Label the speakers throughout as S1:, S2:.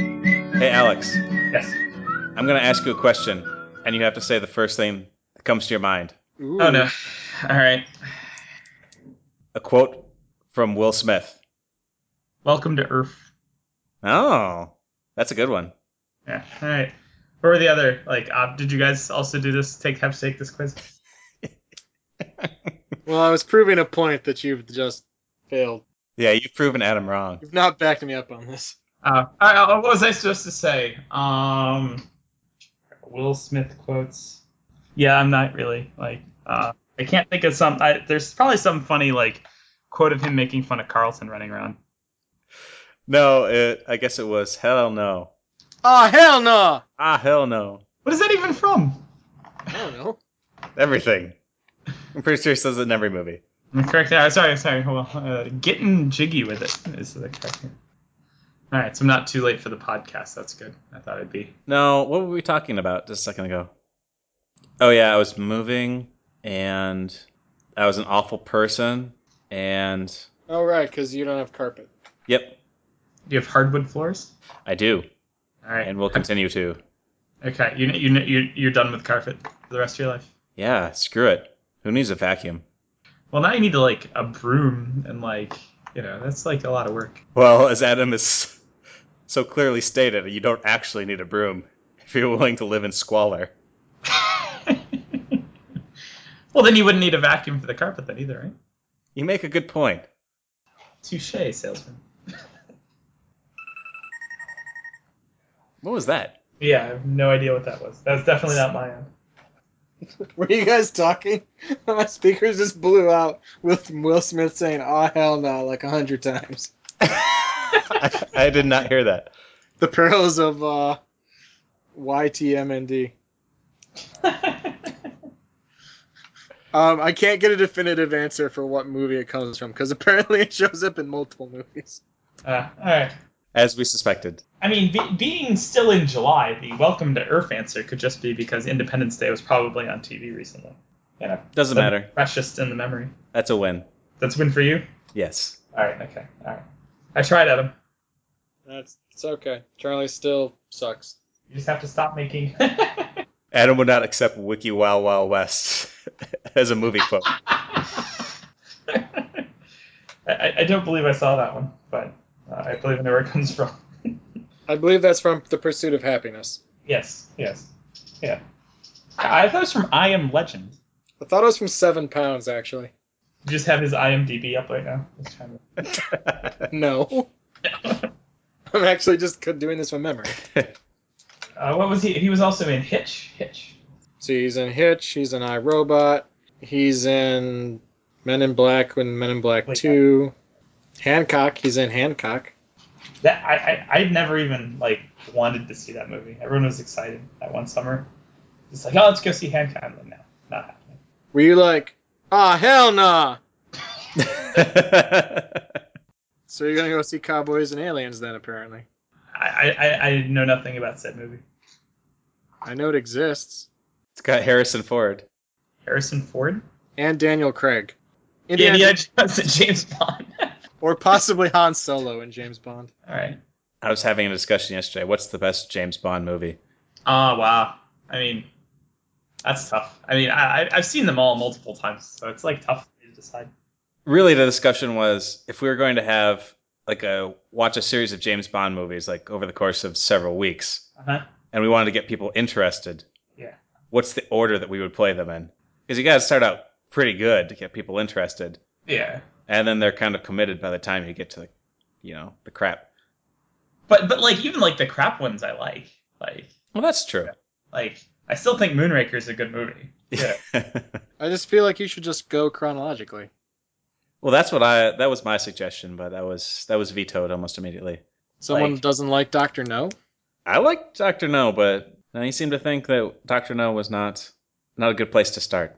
S1: Hey, Alex,
S2: Yes.
S1: I'm going to ask you a question, and you have to say the first thing that comes to your mind
S2: Oh no. All right.
S1: a quote from Will Smith.
S2: Welcome to Earth.
S1: Oh, that's a good one.
S2: Yeah. All right. What were the other like? Op- did you guys also do this? Take have stake this quiz?
S3: Well, I was proving a point that you've just failed.
S1: Yeah, you've proven Adam wrong.
S3: You've not backed me up on this.
S2: Uh, all right, what was I supposed to say? Um, Will Smith quotes. Yeah, I'm not really like. Uh, I can't think of some. I, there's probably some funny like quote of him making fun of Carlson running around.
S1: No, it, I guess it was hell no.
S3: Oh hell no!
S1: Ah, hell no.
S2: What is that even from?
S3: I don't know.
S1: Everything. I'm pretty sure he says it in every movie.
S2: Am I correct? Uh, sorry, sorry. Hold on. Uh, getting jiggy with it is the correct. name. All right, so I'm not too late for the podcast. That's good. I thought I'd be.
S1: No, what were we talking about just a second ago? Oh, yeah, I was moving, and I was an awful person, and
S3: Oh right, because you don't have carpet.
S1: yep,
S2: Do you have hardwood floors?
S1: I do,
S2: All right.
S1: and we'll continue to.
S2: Okay. You you you you're done with carpet for the rest of your life.
S1: Yeah, screw it. Who needs a vacuum?
S2: Well, now you need to like a broom and like you know that's like a lot of work.
S1: Well, as Adam is so clearly stated, you don't actually need a broom if you're willing to live in squalor.
S2: well, then you wouldn't need a vacuum for the carpet then either, right?
S1: You make a good point.
S2: Touche, salesman.
S1: What was that?
S2: Yeah, I have no idea what that was. That was definitely not my end.
S3: Were you guys talking? My speakers just blew out with Will Smith saying "Oh hell no" like a hundred times.
S1: I, I did not hear that.
S3: The pearls of uh, YTMND. Um, I can't get a definitive answer for what movie it comes from because apparently it shows up in multiple movies.
S2: uh, all right.
S1: As we suspected.
S2: I mean, be- being still in July, the welcome to Earth answer could just be because Independence Day was probably on TV recently. Yeah,
S1: Doesn't matter.
S2: Precious in the memory.
S1: That's a win.
S2: That's a win for you.
S1: Yes.
S2: All right. Okay. All right. I tried, Adam.
S3: That's it's okay. Charlie still sucks.
S2: You just have to stop making.
S1: Adam would not accept Wiki Wild Wild West as a movie quote.
S2: I, I I don't believe I saw that one, but uh, I believe I know where it comes from.
S3: I believe that's from The Pursuit of Happiness.
S2: yes, yes, yeah. I, I thought it was from I Am Legend.
S3: I thought it was from Seven Pounds actually.
S2: You just have his IMDb up right now. Just trying
S3: No,
S2: to-
S3: I'm actually just co- doing this from memory.
S2: uh, what was he? He was also in Hitch. Hitch.
S3: So he's in Hitch. He's in iRobot. He's in Men in Black when Men in Black
S2: Wait,
S3: Two. Hancock. He's in Hancock.
S2: That I, I I'd never even like wanted to see that movie. Everyone was excited that one summer. It's like, oh, let's go see Hancock. I'm like, no, not happening.
S3: Were you like, ah hell nah? So you're gonna go see Cowboys and Aliens then apparently.
S2: I, I- I I know nothing about said movie.
S3: I know it exists.
S1: it's got Harrison Ford.
S2: Harrison Ford.
S3: and Daniel Craig.
S2: Indiana,
S3: Indiana,
S2: Jones and James Bond.
S3: or possibly Han Solo and James Bond.
S2: All right.
S1: I was having a discussion yesterday. What's the best James Bond movie?
S2: Oh wow. I mean, that's tough. I mean, I I- I've seen them all multiple times, so it's like tough for me to decide.
S1: Really, the discussion was if we were going to have like a watch a series of James Bond movies like over the course of several weeks,
S2: Uh-huh.
S1: and we wanted to get people interested.
S2: Yeah.
S1: What's the order that we would play them in? Because you got to start out pretty good to get people interested,
S2: Yeah.
S1: and then they're kind of committed by the time you get to, the, you know, the crap.
S2: But but like even like the crap ones I like. Like
S1: Well, that's true.
S2: like I still think Moonraker is a good movie. Yeah.
S3: I just feel like you should just go chronologically.
S1: well, that's what I that was my suggestion, but that was that was vetoed almost immediately.
S3: Someone
S2: Like-
S3: doesn't like Doctor No.
S1: I like Doctor No, but now you seem to think that Doctor No was not not a good place to start.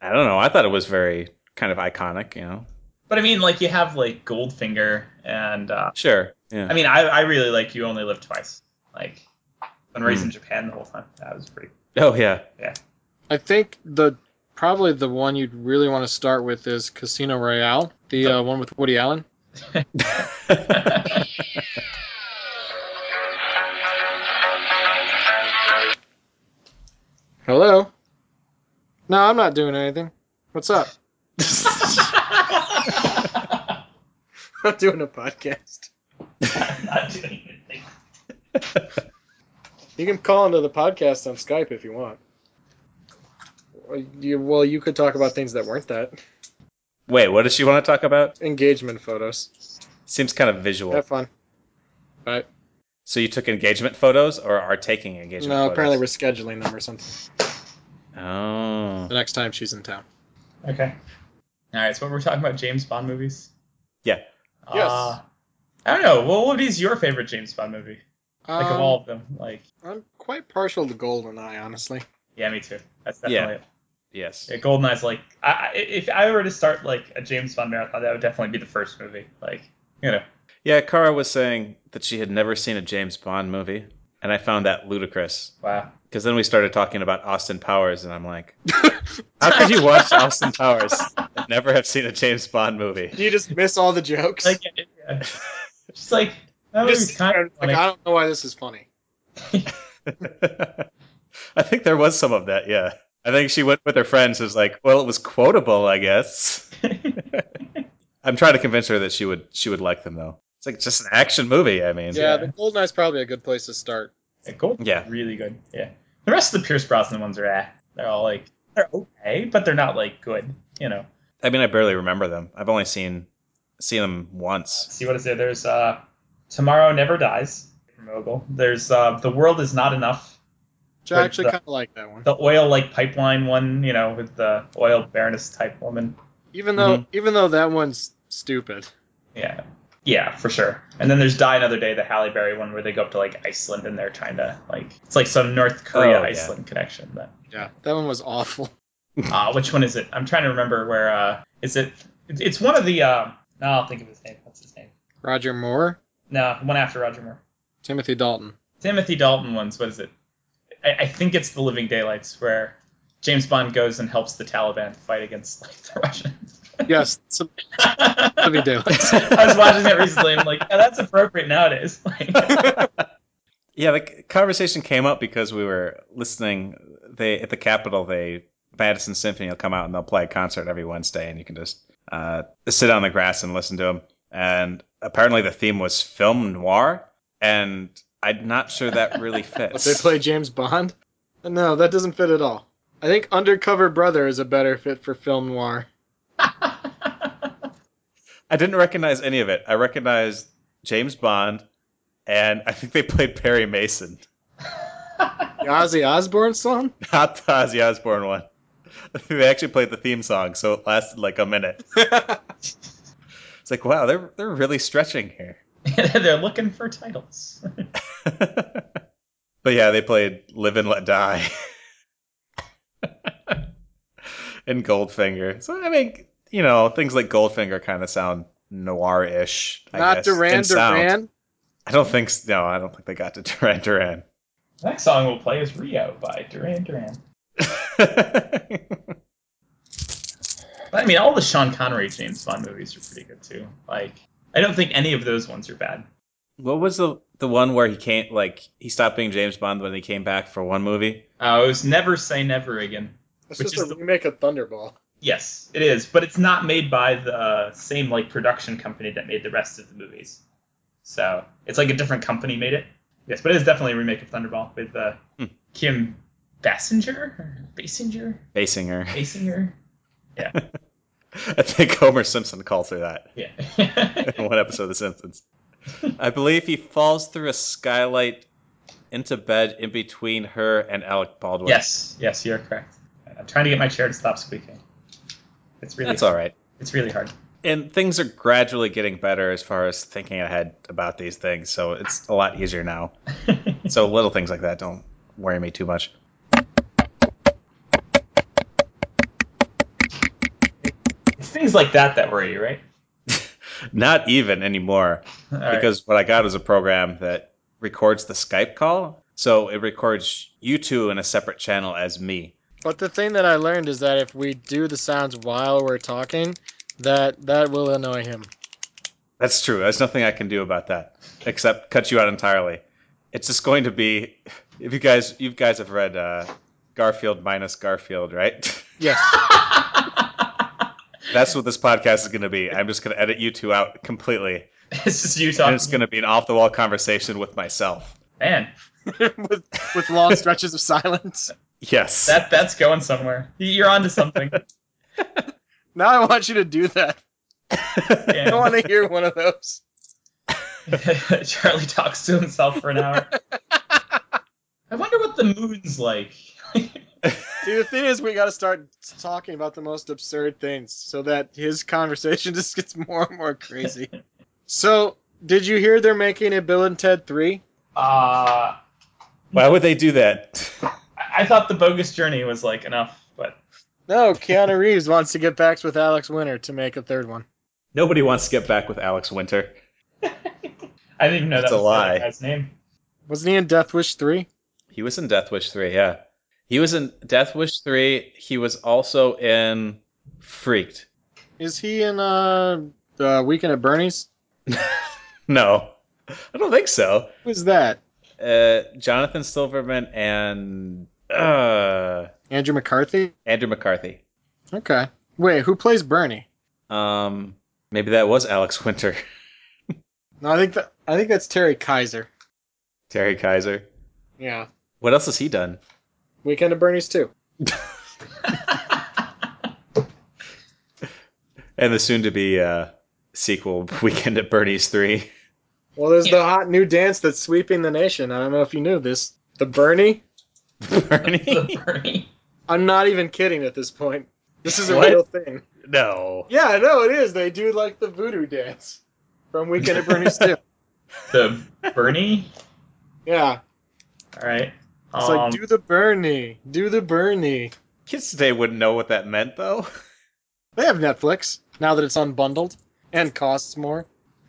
S1: I don't know. I thought it was very kind of iconic, you know.
S2: but I mean, like you have like Goldfinger, and uh,
S1: Sure. Yeah.
S2: I mean, I I really like You Only Live Twice. Like when
S1: Hmm.
S2: raised in Japan the whole time. That was pretty.
S1: oh yeah.
S3: I think the probably the one you'd really want to start with is Casino Royale, the uh, one with Woody Allen.
S2: All
S3: Hello? No, I'm not doing anything. What's up? I'm doing a podcast.
S2: I'm not doing anything.
S3: You can call into the podcast on Skype if you want. Well, you, well, you could talk about things that weren't that.
S1: Wait, what does she want to talk about?
S3: Engagement photos.
S1: Seems kind of visual.
S3: Have fun.
S1: So you took engagement photos or are taking engagement
S3: no, apparently we're
S1: photos?
S3: scheduling them or something.
S1: apparently.
S3: The
S1: Oh.
S3: next time she's in town.
S2: Okay. All right. So we're talking about James Bond movies.
S1: Yeah.
S3: Yes.
S2: Uh, I don't know. Well, what is your favorite James Bond movie? Like of
S3: Um,
S2: all of them. Like,
S3: I'm quite partial to GoldenEye, honestly.
S2: yeah, me too. That's
S1: Yeah.
S2: definitely it.
S1: Yes.
S2: Yeah, Goldeneye's like, I, I, if I were to start like a James Bond marathon, that would definitely be the first movie. Like, you know.
S1: Yeah, Kara was saying that she had never seen a James Bond movie, and I found that ludicrous.
S2: Wow.
S1: Because then we started talking about Austin Powers, and I'm like, how could you watch Austin Powers and never have seen a James Bond movie?
S3: You just miss all the jokes.
S2: Like, yeah, yeah. just like that
S3: Just
S2: movie's kind of
S3: Like,
S2: funny.
S3: I don't know why this is funny.
S1: I think there was some of that, yeah. I think she went with her friends, was like, well, it was quotable, I guess. I'm trying to convince her that she would she would like them though. It's like just an action movie, I mean.
S3: Yeah, the GoldenEye's probably a good place to start.
S2: Yeah, Gold,
S1: Yeah.
S2: really good. Yeah. The rest of the Pierce Brosnan ones are eh. They're all like they're okay, but they're not like good. You know. Uh,
S1: I mean I barely remember them. I've only seen seen them once.
S2: Let's see what is there. There's uh, Tomorrow Never Dies from Ogle. There's uh, The World Is Not Enough.
S3: Which I actually
S2: Good.
S3: kind of like that one.
S2: The oil like pipeline one. You know, with the oil baroness type woman.
S3: Even though even though that one's stupid.
S2: Yeah. Yeah, for sure. And then there's Die Another Day, the Halle Berry one, where they go up to like Iceland and they're trying to like it's like some North Korea
S1: Oh, yeah.
S2: Iceland connection. That
S3: Yeah, that one was awful.
S2: uh, which one is it? I'm trying to remember where. Uh, is it? It's it's one of the. Uh, no, I'll think of his name. What's his name?
S3: Roger Moore,
S2: No, one after Roger Moore.
S3: Timothy Dalton.
S2: Timothy Dalton ones. What is it? I, I think it's The Living Daylights, where James Bond goes and helps the Taliban fight against like the Russians.
S3: Yes, it's a Living Daylights.
S2: I was watching that recently. and I'm like, yeah, that's appropriate nowadays. Like,
S1: Yeah, the c- conversation came up because we were listening. They at the Capitol, they Madison Symphony will come out and they'll play a concert every Wednesday, and you can just uh, sit on the grass and listen to them. And apparently, the theme was film noir, and I'm not sure that really
S3: But
S1: fits.
S3: they play James Bond. No, that doesn't fit at all. I think Undercover Brother is a better fit for film noir.
S1: I didn't recognize any of it. I recognized James Bond, and I think they played Perry Mason,
S3: The Ozzy Osbourne song?
S1: not the Ozzy Osbourne one. They actually played the theme song, so it lasted like a minute. It's like, wow, they're they're really stretching here.
S2: they're looking for titles.
S1: but yeah, they played "Live and Let Die" and Goldfinger. So I mean, you know, things like Goldfinger kind of sound noir-ish. I
S3: Not
S1: guess, in
S3: Duran
S1: sound.
S3: Duran.
S1: I don't think s- no. I don't think they got to Duran Duran.
S2: the next song we'll play is Rio by Duran Duran. I mean, all the Sean Connery James Bond movies are pretty good too. Like, I don't think any of those ones are bad.
S1: what was the the one where he came like he stopped being James Bond when he came back for one movie?
S2: Uh, it was Never Say Never Again.
S3: That's
S2: Which
S3: just a
S2: is the-
S3: remake of Thunderball.
S2: Yes, it is, but it's not made by the same like production company that made the rest of the movies. So it's like a different company made it. Yes, but it is definitely a remake of Thunderball with uh,
S1: Hmm.
S2: Kim Basinger, Basinger,
S1: Basinger.
S2: Basinger.
S1: I think Homer Simpson calls her that.
S2: Yeah.
S1: in one episode of The Simpsons. I believe he falls through a skylight into bed in between her and Alec Baldwin.
S2: yes, yes, you're correct. I'm trying to get my chair to stop squeaking. It's really
S1: That's all right.
S2: It's really hard.
S1: And things are gradually getting better as far as thinking ahead about these things, so it's a lot easier now. so little things like that don't worry me too much.
S2: It's things like that that worry you, right?
S1: Not even anymore.
S2: All right.
S1: because what I got was a program that records the Skype call. So it records you two in a separate channel as me.
S3: But the thing that I learned is that if we do the sounds while we're talking, that that will annoy him.
S1: That's true. There's nothing I can do about that except cut you out entirely. It's just going to be if you guys you guys have read uh, Garfield minus Garfield, right?
S3: Yes.
S1: That's what this podcast is going to be. I'm just going to edit you two out completely.
S2: it's just you
S1: And
S2: talking.
S1: it's going to be an off the wall conversation with myself.
S2: Man,
S3: with, with long stretches of silence.
S1: Yes.
S2: that that's going somewhere. You're onto something.
S3: Now I want you to do that.
S2: Yeah.
S3: I want to hear one of those.
S2: Charlie talks to himself for an hour. I wonder what the moon's like.
S3: See, the thing is, we got to start talking about the most absurd things so that his conversation just gets more and more crazy. so, did you hear they're making a Bill and Ted 3?
S2: Uh,
S1: Why would they do that?
S2: I-, I thought the bogus journey was like enough, but
S3: No, Keanu Reeves wants to get back with Alex Winter to make a third one.
S1: Nobody wants to get back with Alex Winter.
S2: I didn't even know
S1: That's
S2: that
S1: a
S2: was the other
S1: lie.
S2: guy's name.
S3: Wasn't he in Death Wish 3?
S1: He was in Death Wish 3, yeah. He was in Death Wish 3. He was also in Freaked.
S3: Is he in uh, uh, Weekend at Bernie's?
S1: No, I don't think so.
S3: Who is that?
S1: Uh, Jonathan Silverman and uh,
S3: Andrew McCarthy?
S1: Andrew McCarthy.
S3: Okay. Wait, who plays Bernie?
S1: Um, maybe that was Alex Winter,
S3: No, I think that I think that's Terry Kaiser.
S1: Terry Kaiser.
S3: Yeah.
S1: What else has he done?
S3: Weekend at Bernie's too.
S1: And the soon-to-be uh, sequel, Weekend at Bernie's Three.
S3: Well, there's
S2: Yeah.
S3: the hot new dance that's sweeping the nation. I don't know if you knew this. The Bernie?
S1: Bernie?
S2: The Bernie.
S3: I'm not even kidding at this point. This is a
S1: What?
S3: real thing.
S1: no.
S3: Yeah, I know it is. They do like the voodoo dance from Weekend at Bernie's too.
S2: The Bernie?
S3: Yeah.
S2: All right.
S3: It's
S2: Um,
S3: like do the Bernie. Do the Bernie.
S1: Kids today wouldn't know what that meant, though.
S3: They have Netflix now that it's unbundled and costs more.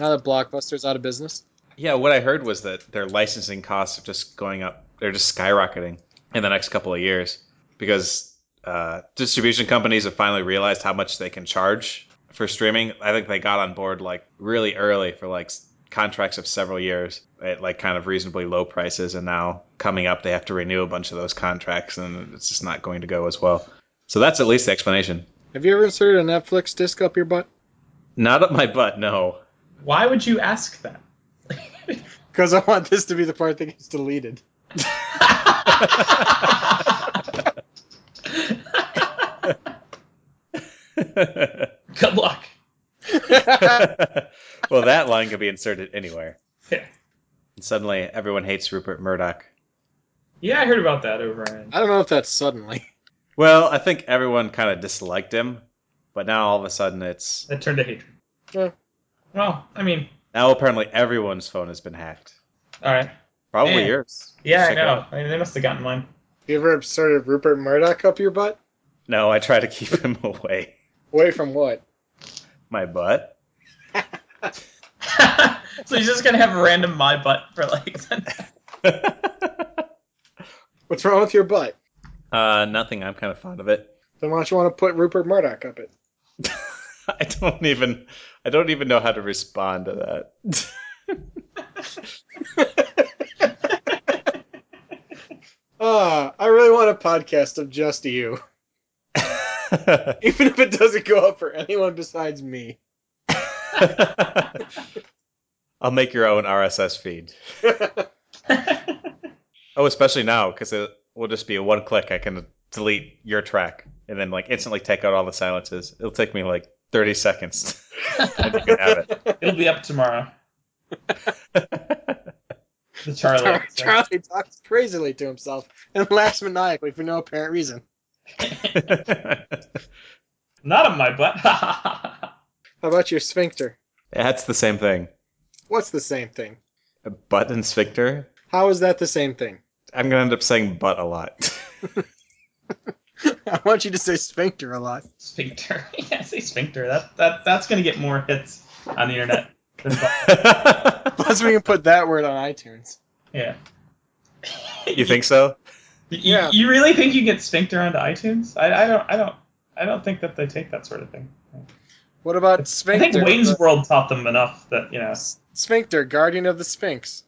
S3: Now that Blockbuster's out of business.
S1: Yeah, what I heard was that their licensing costs are just going up. They're just skyrocketing in the next couple of years because uh, distribution companies have finally realized how much they can charge for streaming. I think they got on board like really early for like s- contracts of several years at like kind of reasonably low prices, and now coming up they have to renew a bunch of those contracts, and it's just not going to go as well. So that's at least the explanation.
S3: Have you ever inserted a Netflix disc up your butt?
S1: Not up my butt, no.
S2: why would you ask that?
S3: Because I want this to be the part that gets deleted.
S2: Good luck.
S1: well, that line could be inserted anywhere.
S2: Yeah.
S1: And suddenly, everyone hates Rupert Murdoch.
S2: yeah, I heard about that over in.
S3: I don't know if that's suddenly.
S1: Well, I think everyone kind of disliked him, but now all of a sudden it's
S2: That turned to hatred.
S3: Yeah.
S2: Well, I mean,
S1: now apparently everyone's phone has been hacked.
S2: all right.
S1: Probably
S2: Man.
S1: yours.
S2: Yeah,
S1: Check it
S2: I know.
S1: out.
S2: I mean, they must have gotten mine.
S3: You ever inserted Rupert Murdoch up your butt?
S1: No, I try to keep him away.
S3: Away from what?
S1: My butt.
S2: so he's just gonna have a random my butt for like.
S3: What's wrong with your butt?
S1: uh, nothing. I'm kind of fond of it.
S3: Then why don't you want to put Rupert Murdoch up it?
S1: I don't even. I don't even know how to respond to that.
S3: Ah, I really want a podcast of just you, even if it doesn't go up for anyone besides me.
S1: I'll make your own RSS feed. Oh, especially now because it will just be a one click. I can delete your track and then like instantly take out all the silences. It'll take me like thirty seconds. and you can have it.
S2: It'll be up tomorrow. The Charlie.
S3: Char-
S2: episode.
S3: Charlie talks crazily to himself and laughs maniacally for no apparent reason.
S2: Not on my butt.
S3: How about your sphincter?
S1: That's the same thing.
S3: What's the same thing?
S1: A butt and sphincter.
S3: How is that the same thing?
S1: I'm gonna end up saying butt a lot.
S3: I want you to say sphincter a lot.
S2: sphincter. yeah, say sphincter. That that that's gonna get more hits on the internet. Than butt.
S3: Plus, we can put that word on iTunes.
S2: yeah.
S1: you think so?
S2: You,
S3: Yeah.
S2: you really think you can get sphincter onto iTunes? I, I don't. I don't. I don't think that they take that sort of thing.
S3: What about
S2: I
S3: sphincter?
S2: think Wayne's
S3: The-
S2: World taught them enough that you know,
S3: sphincter, guardian of the sphinx.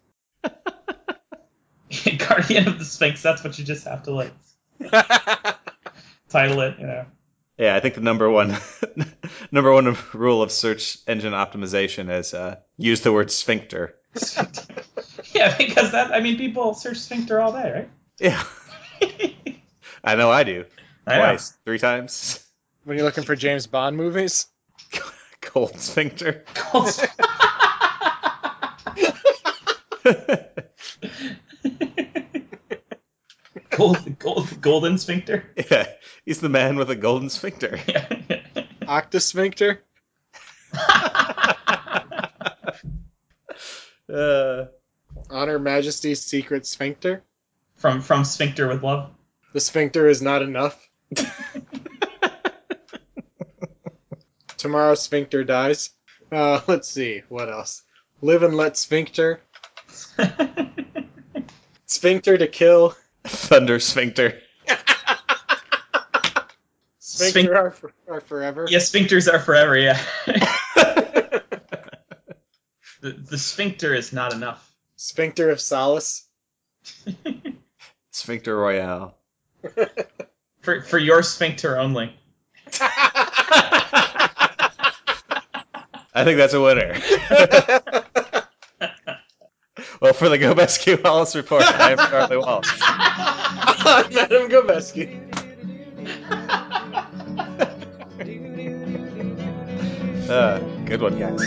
S2: Guardian of the Sphinx. That's what you just have to like title it, you know.
S1: Yeah, I think the number one number one rule of search engine optimization is uh, use the word sphincter.
S2: yeah, because that I mean people search sphincter all day,
S1: Yeah,
S2: right?
S1: I know I do.
S2: I know.
S1: Twice, three times.
S3: when you're looking for James Bond movies,
S1: Cold sphincter.
S2: gold, gold, golden sphincter.
S1: yeah, he's the man with a golden sphincter.
S3: Octa Sphincter.
S1: Uh,
S3: Honor Majesty's Secret Sphincter.
S2: from from sphincter with love.
S3: The sphincter is not enough. Tomorrow sphincter dies. Uh, let's see what else. Live and let sphincter. Sphincter to kill.
S1: thunder sphincter.
S3: Sphincter are, for, are forever.
S2: yeah, sphincters are forever. Yeah. the, the sphincter is not enough.
S3: Sphincter of solace.
S1: Sphincter Royale.
S2: For for your sphincter only.
S1: I think that's a winner. well, for the Go Basque Wallace report, I am Charlie Wallace.
S3: I'm Adam Gobeski.
S1: Uh, good one, guys.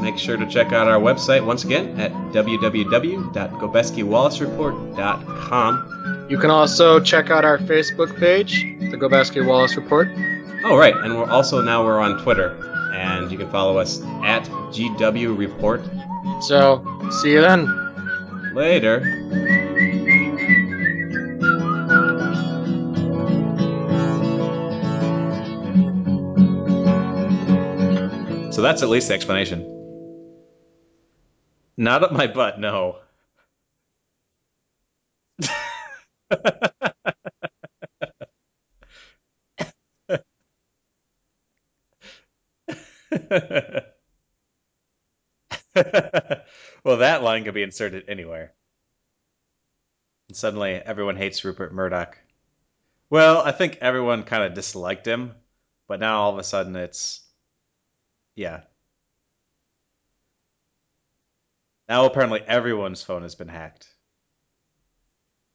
S1: Make sure to check out our website once again at www.gobeskiwallacereport.com.
S3: You can also check out our Facebook page, the Gobeski Wallace Report.
S1: Oh, right, and we're also now we're on Twitter, and you can follow us at GW Report.
S3: So, see you then.
S1: Later. So that's at least the explanation. Not up my butt, no. well, that line could be inserted anywhere. And suddenly, everyone hates Rupert Murdoch. Well, I think everyone kind of disliked him, but now all of a sudden it's. Yeah. Now apparently everyone's phone has been hacked.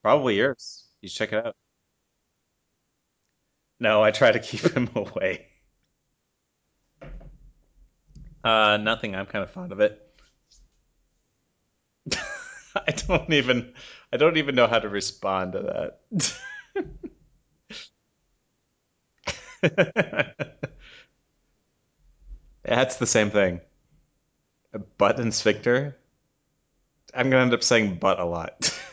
S1: Probably yours. You should check it out. No, I try to keep him away. Uh, nothing. I'm kind of fond of it. I don't even I don't even know how to respond to that. That's the same thing. Butt and sphincter. I'm gonna end up saying butt a lot.